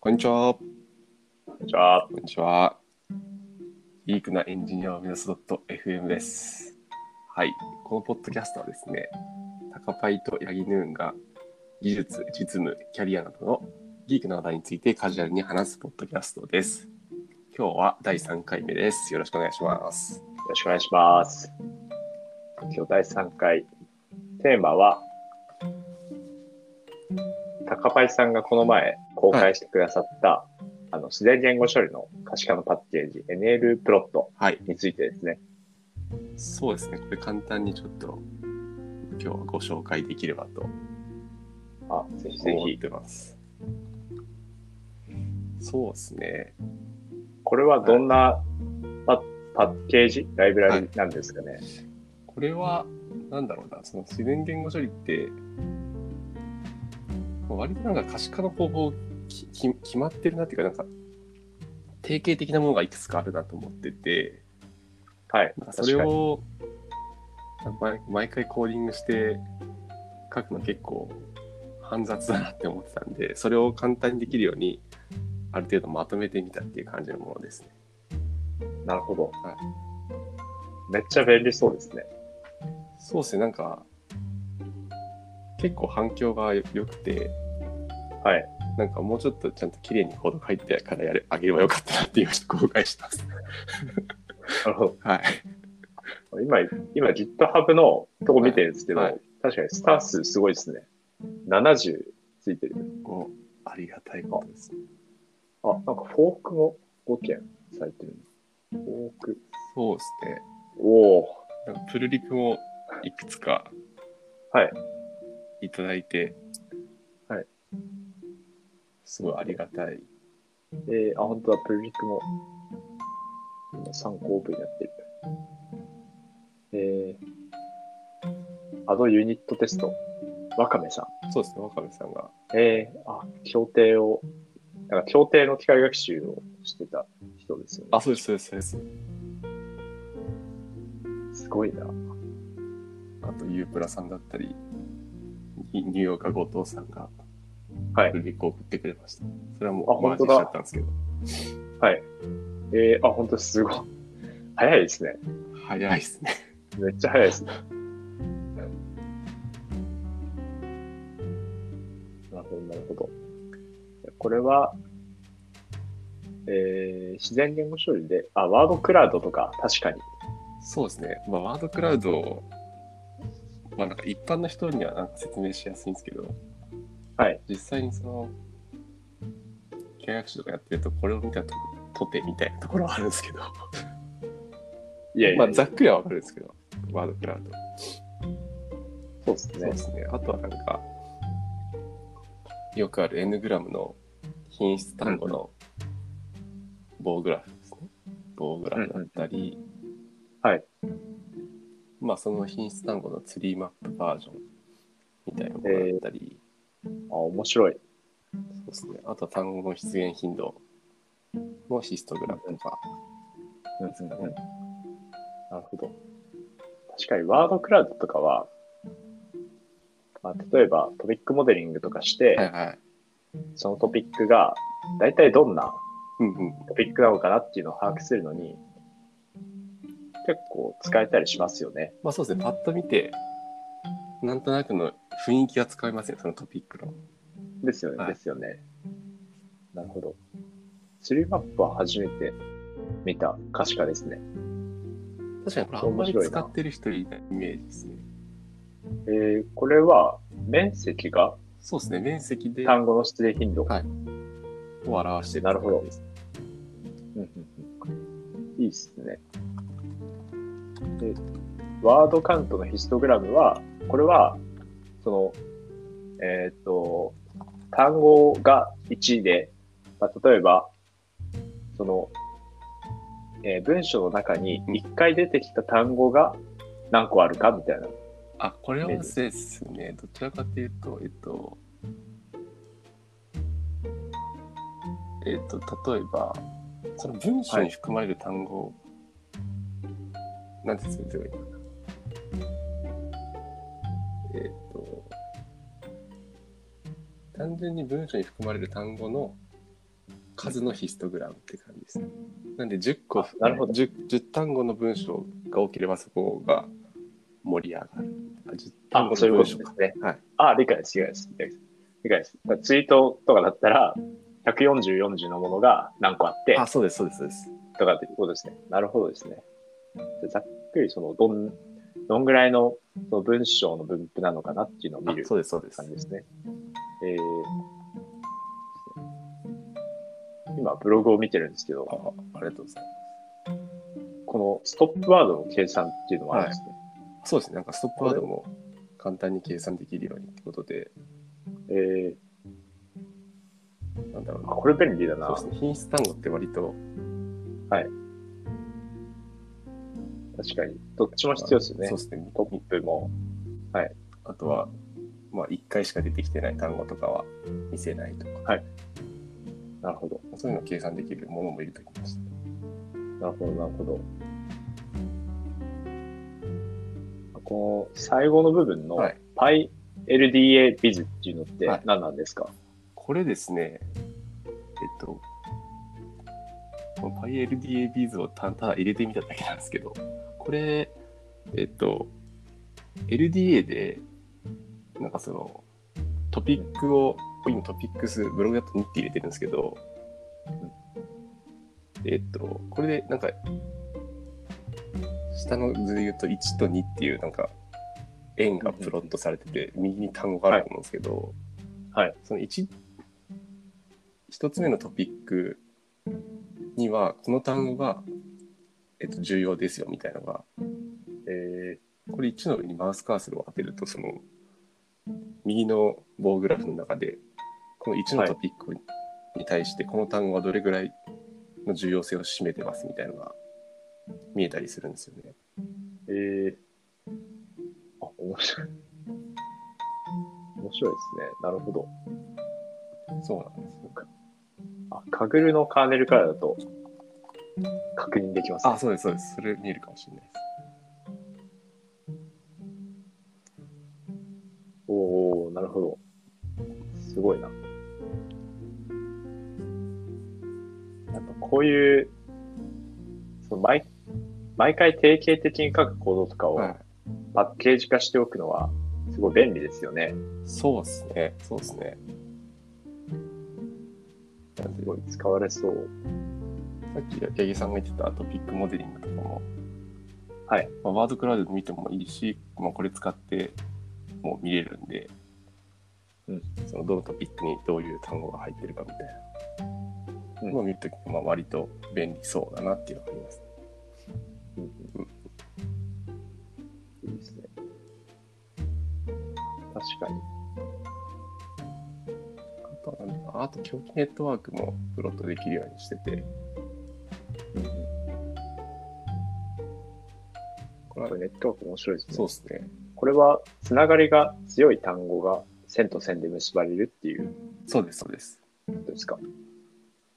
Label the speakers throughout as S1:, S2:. S1: こんにちは。こ
S2: こんにちは。
S1: んにちは。ギークなエンジニアを目指す .fm です。はい。このポッドキャストはですね、タカパイとヤギヌーンが技術、実務、キャリアなどのギークな話題についてカジュアルに話すポッドキャストです。今日は第3回目です。よろしくお願いします。
S2: よろしくお願いします。今日第3回。テーマは、高パイさんがこの前公開してくださった、あの自然言語処理の可視化のパッケージ、NL プロット
S1: はい。
S2: についてですね。
S1: そうですね。これ簡単にちょっと今日はご紹介できればと
S2: あ、ぜひぜ
S1: 思っ
S2: ひ。
S1: てます。そうですね。
S2: これはどんなパパッケージ、ライブラリなんですかね。
S1: これは、なんだろうな、その自然言語処理って、もう割となんか可視化の方法きき決まってるなっていうか、なんか、定型的なものがいくつかあるなと思ってて、
S2: はい。
S1: なんかそ
S2: 確
S1: れ
S2: かに。
S1: を毎毎回コーディングして書くの結構煩雑だなって思ってたんで、それを簡単にできるように、ある程度まとめてみたっていう感じのものですね。
S2: なるほど、
S1: は
S2: めっちゃ便利そうですね。
S1: そうですね、なんか、結構反響がよ良くて、
S2: はい。
S1: なんかもうちょっとちゃんと綺麗にコード書いてからやれあげればよかったなっていう人後悔してます。
S2: なるほど。
S1: はい。
S2: 今、今 GitHub のとこ見てるんですけど、
S1: はいはい
S2: 確かにスター数すごいですね。70ついてる。
S1: おありがたいことですね。
S2: あ、なんかフォークも5件されてるの。フォーク。
S1: そうですね。
S2: おお。
S1: なんかプルリプもいくつか
S2: はい。
S1: いただいて、
S2: はい。
S1: すごいありがたい。
S2: えー、あ、本当だ、プルリクも。今参考オープンになってる。えー、アドユニットテスト。ワカメさん。
S1: そうですね、若部さんが。
S2: えー、あ、協定を、なんか協定の機械学習をしてた人ですよね。
S1: あ、そうです、そうです、そうです。
S2: すごいな。
S1: あと、ユープラさんだったり、ニニューヨーカー後藤さんが、
S2: はい
S1: プルリプを送ってくれました。それはもう、
S2: あ
S1: マージ
S2: 本当
S1: し
S2: だ
S1: ちゃったんですけど、
S2: えー、あ、本当すごい。早いですね。
S1: 早いですね。
S2: めっちゃ早いですね。なるほど、なるほど。これは、えー、自然言語処理で、あ、ワードクラウドとか、確かに。
S1: そうですね、まあ、ワードクラウド、まあ、なんか一般の人にはなんか説明しやすいんですけど、
S2: はい、
S1: 実際にその、契約書とかやってると、これを見たととてみたいなところはあるんですけど、
S2: いやいや
S1: まあ、ざっくりはわかるんですけど、ワードクラウド。
S2: そうです
S1: そう
S2: ね
S1: で。すね、あとはなんか、よくある N グラムの品質単語の棒グラフですね。棒グラフだったり、
S2: うんはい。
S1: まあ、その品質単語のツリーマップバージョンみたいなものだったり、
S2: あ、面白い。
S1: そうですね、あとは単語の出現頻度のヒストグラフとか、
S2: なるほど。確かに、ワードクラウドとかは、まあ、例えばトピックモデリングとかして、
S1: はいはい。
S2: そのトピックが、大体どんな
S1: うんうん。
S2: トピックなのかなっていうのを把握するのに、結構使えたりしますよね。
S1: まあそうですね、パッと見て、なんとなくの雰囲気がつかめますね、そのトピックの。
S2: ですよね、
S1: はい
S2: ですよね。なるほど。ツリーマップは初めて見た可視化ですね。
S1: 確かにこれあんまり使ってる人いないイメージですね。
S2: えー、これは面積が
S1: そうですね、面積で
S2: 単語の出現頻度。
S1: はいを表してる
S2: なるほど
S1: って感じです。
S2: うんうんうんいいっすね。で、ワードカウントのヒストグラムは、これは、その、えっ、と、単語が1で、まあ、例えば、その、えー文章の中に1回出てきた単語が何個あるかみたいな。
S1: あ、これはですね、どちらかというと、えっと、えっと、例えば、その文章に含まれる単語、なんて説明すればいいのかな。えっと、単純に文章に含まれる単語の数のヒストグラムって感じですね。なんで10個
S2: あなるほど
S1: 10, 10単語の文章が多ければそこが盛り上がる。あ10単
S2: あ、
S1: 語
S2: そうい
S1: の
S2: うこ
S1: 文
S2: と
S1: 章
S2: で
S1: か。
S2: すね。
S1: はい。
S2: あ、理解です、理解です。理解です。理解ですだからツイートとかだったら、140、40のものが何個あって、
S1: あ、そうです、そうです、そうです。
S2: とかっていうことですね。なるほどですね。じゃあざっくり、その、どん、どんぐらいのその文章の分布なのかなっていうのを見
S1: あ
S2: る
S1: そうです、そうです
S2: 感。じですね。えー今、ブログを見てるんですけ
S1: あ
S2: ど、
S1: ありがとうござい
S2: このストップワードの計算っていうのはあるんですね。
S1: ます。そうですね、なんかストップワードも簡単に計算できるようにってことで、
S2: え
S1: なんだろう
S2: ー
S1: な
S2: あ、。これ便利だ
S1: そう
S2: な。
S1: ですね、品質単語って割と、
S2: 確かに。どっちも必要ですよね
S1: そう。ですね、
S2: トップも。
S1: あとは、まあ、1回しか出てきてない単語とかは見せないとか、
S2: なるほど。
S1: そういうのを計算できるものもいると言いました。
S2: なるほど、なるほど。この最後の部分の
S1: はい
S2: PyLDA ビズっていうのって
S1: はい
S2: 何なんですか、
S1: これですね、えっと、この PyLDA ビーズをたただ入れてみただけなんですけど、これ、えっと、LDA で、なんかその、トピックを、今トピックス、ブログだと2って入れてるんですけど、えっと、これでなんか、下の図で言うと1と2っていうなんか、円がプロットされてて、右に単語があると思うんですけど、
S2: はい
S1: その1、一つ目のトピックには、この単語が、えっと、重要ですよみたいなのが、えーこれ1の上にマウスカーソルを当てると、その、右の棒グラフの中で、この1のトピックに対して、この単語はどれぐらいの重要性を占めてますみたいなのが見えたりするんですよね。
S2: えー、あ、面白い。面白いですね。なるほど。
S1: そうなんですよ。
S2: あ、カグルのカーネルからだと確認できます、ね。
S1: あ、そうです、そうです。それ見えるかもしれないです。
S2: おおなるほど。すごいな。なんかこういう、その毎、毎回定型的に書くコードとかを
S1: はい。
S2: パッケージ化しておくのは、すごい便利ですよね。
S1: そうですね。そうですね。なん
S2: す
S1: で
S2: ごい使われそう。
S1: さっき八木さんが言ってたトピックモデリングとかも、
S2: はい
S1: まあ、ワードクラウドで見てもいいし、まあ、これ使ってもう見れるんで、
S2: うん
S1: そのどのトピックにどういう単語が入ってるかみたいなのを見るとき、まあ、割と便利そうだなっていうのがあります。
S2: いいですね。確かに。
S1: あとはなんだああと、狂気ネットワークもプロットできるようにしてて、これ
S2: こ
S1: は
S2: れネットワーク面白いですね。
S1: そうですね。
S2: これは、つながりが強い単語が線と線で結ばれるっていう
S1: そうです、そうです。
S2: ことですか。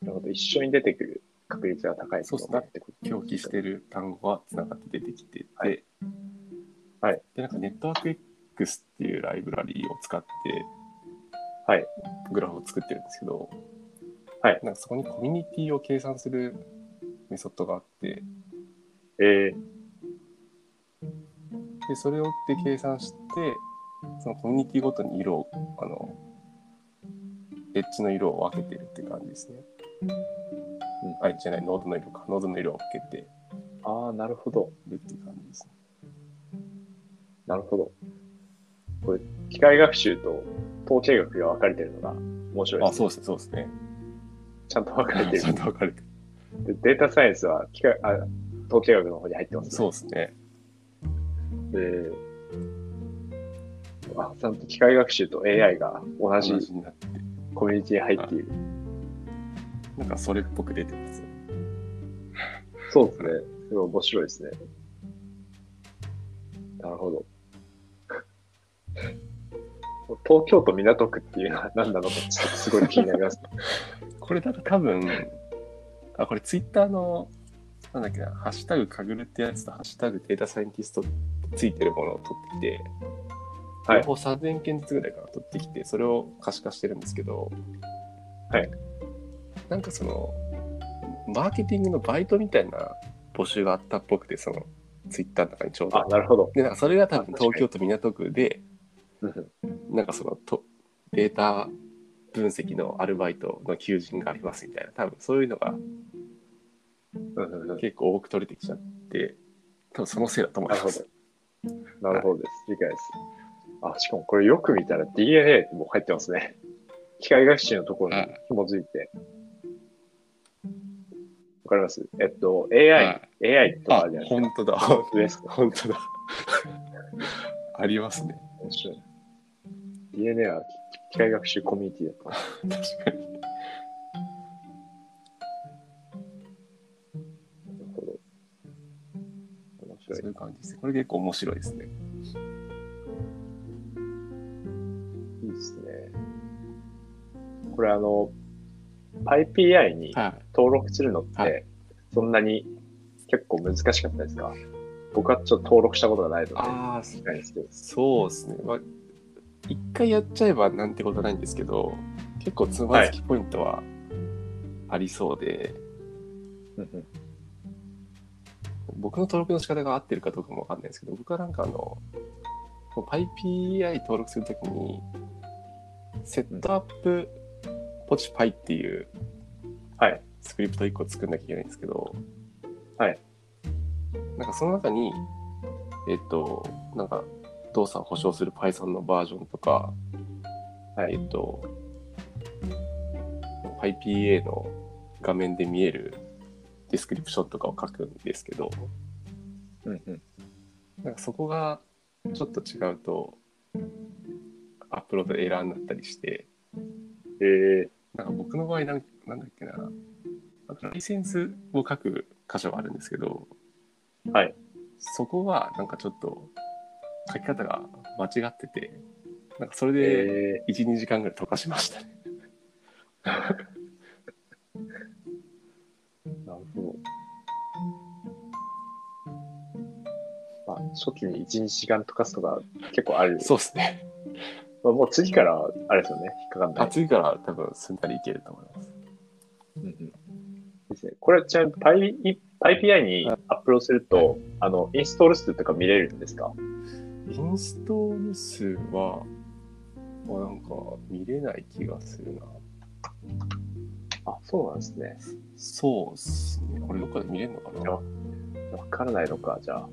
S2: なるほど。一緒に出てくる確率が高いことだってこと
S1: 表記してる単語がつながって出てきてて、
S2: はいはい
S1: でなんかネットワーク X っていうライブラリーを使って、
S2: はい
S1: グラフを作ってるんですけど、
S2: はい
S1: なんかそこにコミュニティを計算するメソッドがあって
S2: え
S1: でそれをで計算してそのコミュニティごとに色をあのエッジの色を分けてるって感じですね。
S2: う
S1: あエッジじゃないノードの色かノードの色を分けて
S2: ー、ああ、なるほど。
S1: るっていう感じですね。
S2: なるほど。これ、機械学習と統計学が分かれてるのが面白い
S1: あ
S2: です、ね。
S1: そうですねそうですね。
S2: ちゃんと分かれ て
S1: ちゃ
S2: る
S1: ん。と分かれてる。
S2: でデータサイエンスは機械あ統計学の方に入ってます、ね。
S1: そうですね。
S2: で、あ、ちゃんと機械学習と AI が同じ
S1: 同じになって、
S2: コミュニティに入っている。
S1: なんかそれっぽく出てますよね。
S2: そうですね。すごい面白いですね。なるほど。東京都港区っていうのは何なのか、ちょっとすごい気になります。
S1: これだから多分、あ、これツイッターの、なんだっけな、ハッシュタグかぐるってやつとハッシュタグデータサイエンティストってついてるものを取ってきて、
S2: は
S1: 両
S2: い
S1: 方3000件ずつぐらいから取ってきて、それを可視化してるんですけど、
S2: はい。
S1: なんかその、マーケティングのバイトみたいな募集があったっぽくて、その、ツイッターの中にちょう
S2: あ、
S1: ど。
S2: なるほど。
S1: で、なんかそれが多分
S2: あ確かに
S1: 東京都港区で、なんかそのと、データ分析のアルバイトの求人がありますみたいな、多分そういうのが結構多く取れてきちゃって、多分そのせいだと思います。
S2: なるほどです。理解です。あ、しかもこれよく見たら DNA も入ってますね。機械学習のところに紐づいて。わかりますえっと、AI、AI と
S1: あ
S2: かじゃな、い
S1: 本当だ。
S2: ですか。
S1: 本当だ。 ありますね。
S2: 面白い。DNA は機械学習コミュニティだった。
S1: 確かに。
S2: なるほど。面白
S1: そう
S2: い。
S1: いう感じですね。これ結構面白いですね。
S2: いいですね。これあの、PyPI に
S1: はい。
S2: 登録するのっ
S1: は
S2: て、そんなに結構難しかったですか僕はちょっと登録したことがないので、わ
S1: ああ、
S2: かんないですけど。
S1: そうですね。まあ、一回やっちゃえばなんてことないんですけど、結構つまずきポイントはありそうで、僕の登録の仕方が合ってるかどうかもわかんないですけど、僕はなんかあの、こう PyPI 登録するときに、セットアップポチパイっていう
S2: はい
S1: スクリプト1個作んなきゃいけないんですけど、
S2: はい。
S1: なんかその中に、えっと、なんか動作を保証する Python のバージョンとか、
S2: はい
S1: えっと、PyPA の画面で見えるディスクリプションとかを書くんですけど、
S2: うんうん
S1: なんかそこがちょっと違うと、アップロードエラーになったりして、
S2: えー
S1: なんか僕の場合なん、なんだっけな、なんかライセンスを書く箇所があるんですけど、
S2: はい。
S1: そこはなんかちょっと書き方が間違ってて、なんかそれで
S2: え
S1: 1、2時間ぐらい溶かしましたね。
S2: ーなるほど。まあ、初期に1、2時間とかすとか結構ある。
S1: そうですね。
S2: まあ、もう次からあれですよね、引っかかんな
S1: あ
S2: い。
S1: 次から多分すんなりいけると思います。
S2: ですね。これちなみに Py- PyPI にアップロードすると、あの、インストール数とか見れるんですか
S1: インストール数は、まあ、なんか見れない気がするな。
S2: あ、そうなんですね。
S1: そうっすね。これどっかで見れるのかな
S2: あわからないのか、じゃあ。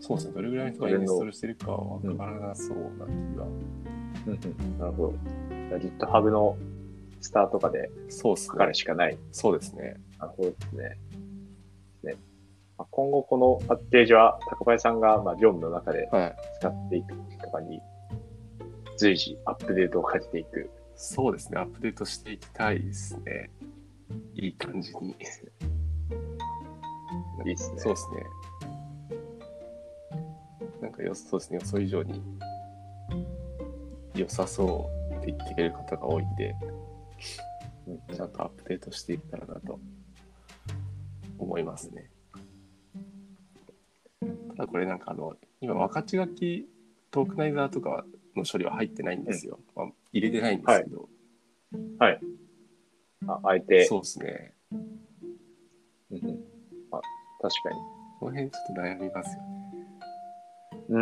S1: そうですね。どれぐらいの人がインストールしてるかわからなそうな気が。
S2: なるほど。じゃあ GitHub のスターとかで
S1: そうっす
S2: 書か
S1: ね
S2: れ。しかない。
S1: そうですね。
S2: なるほどですね。ねまあ、今後このパッケージは高林さんがまあ業務の中で
S1: はい。
S2: 使っていくとかに随時アップデートをかけていく。
S1: そうですね。アップデートしていきたいですね。いい感じに。
S2: いいですね。
S1: そうですね。なんかよそうですね。予想以上に良さそうって言ってくれる方が多いんで、
S2: うん
S1: ちゃんとアップデートしていったらなと思いますね。ただこれなんかあの、今分かち書きトークナイザーとかの処理は入ってないんですよ。まあ、入れてないんですけど、
S2: あ相手、
S1: そうですね。
S2: うんうんあ確かに。
S1: この辺ちょっと悩みますよね。
S2: う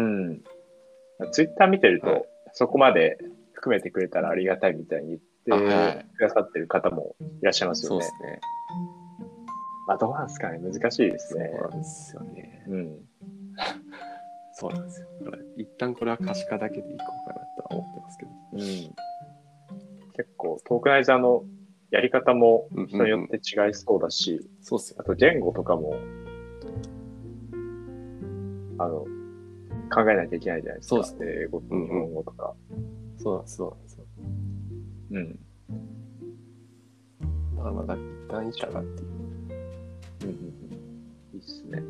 S2: ん。ツイッター見てると、
S1: はい
S2: そこまで含めてくれたらありがたいみたいに言って
S1: あはい
S2: くださってる方もいらっしゃいます
S1: そ
S2: よ
S1: う
S2: ね。
S1: ですね。
S2: まあ、どうなんですかね難しいです
S1: そう
S2: ね。
S1: なんですよね。
S2: うん。
S1: そうなんですよ。だから一旦これは可視化だけでいこうかなとは思ってますけど。
S2: うん。結構、トークナイザーのやり方も
S1: うんうんうん
S2: 人によって違いそうだし、
S1: そうっすよ
S2: あと言語とかも、あの、考えなきゃいけないじゃないですか。
S1: そうですね
S2: 英語と日本語とか。
S1: そうなんです、そうなんですよ。
S2: うん。
S1: だからまだ一旦いいかなっていう。
S2: うんうんうんいいっすね。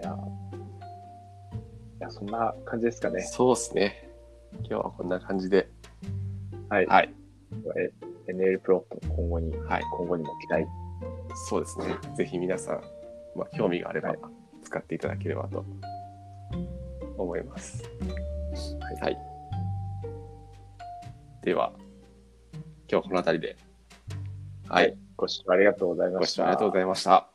S2: いや、いやそんな感じですかね。
S1: そうっすね。今日はこんな感じで。
S2: はい。
S1: はい。
S2: え NL プロットの今後に、
S1: はい、
S2: 今後にも期待。
S1: そうですね。ぜひ皆さん、まあ、興味があれば
S2: はい
S1: 使っていただければと思います。はい。では、今日はこの辺りで。はい。
S2: ご視聴ありがとうございま
S1: ご
S2: し
S1: 視聴
S2: た。
S1: ありがとうございました。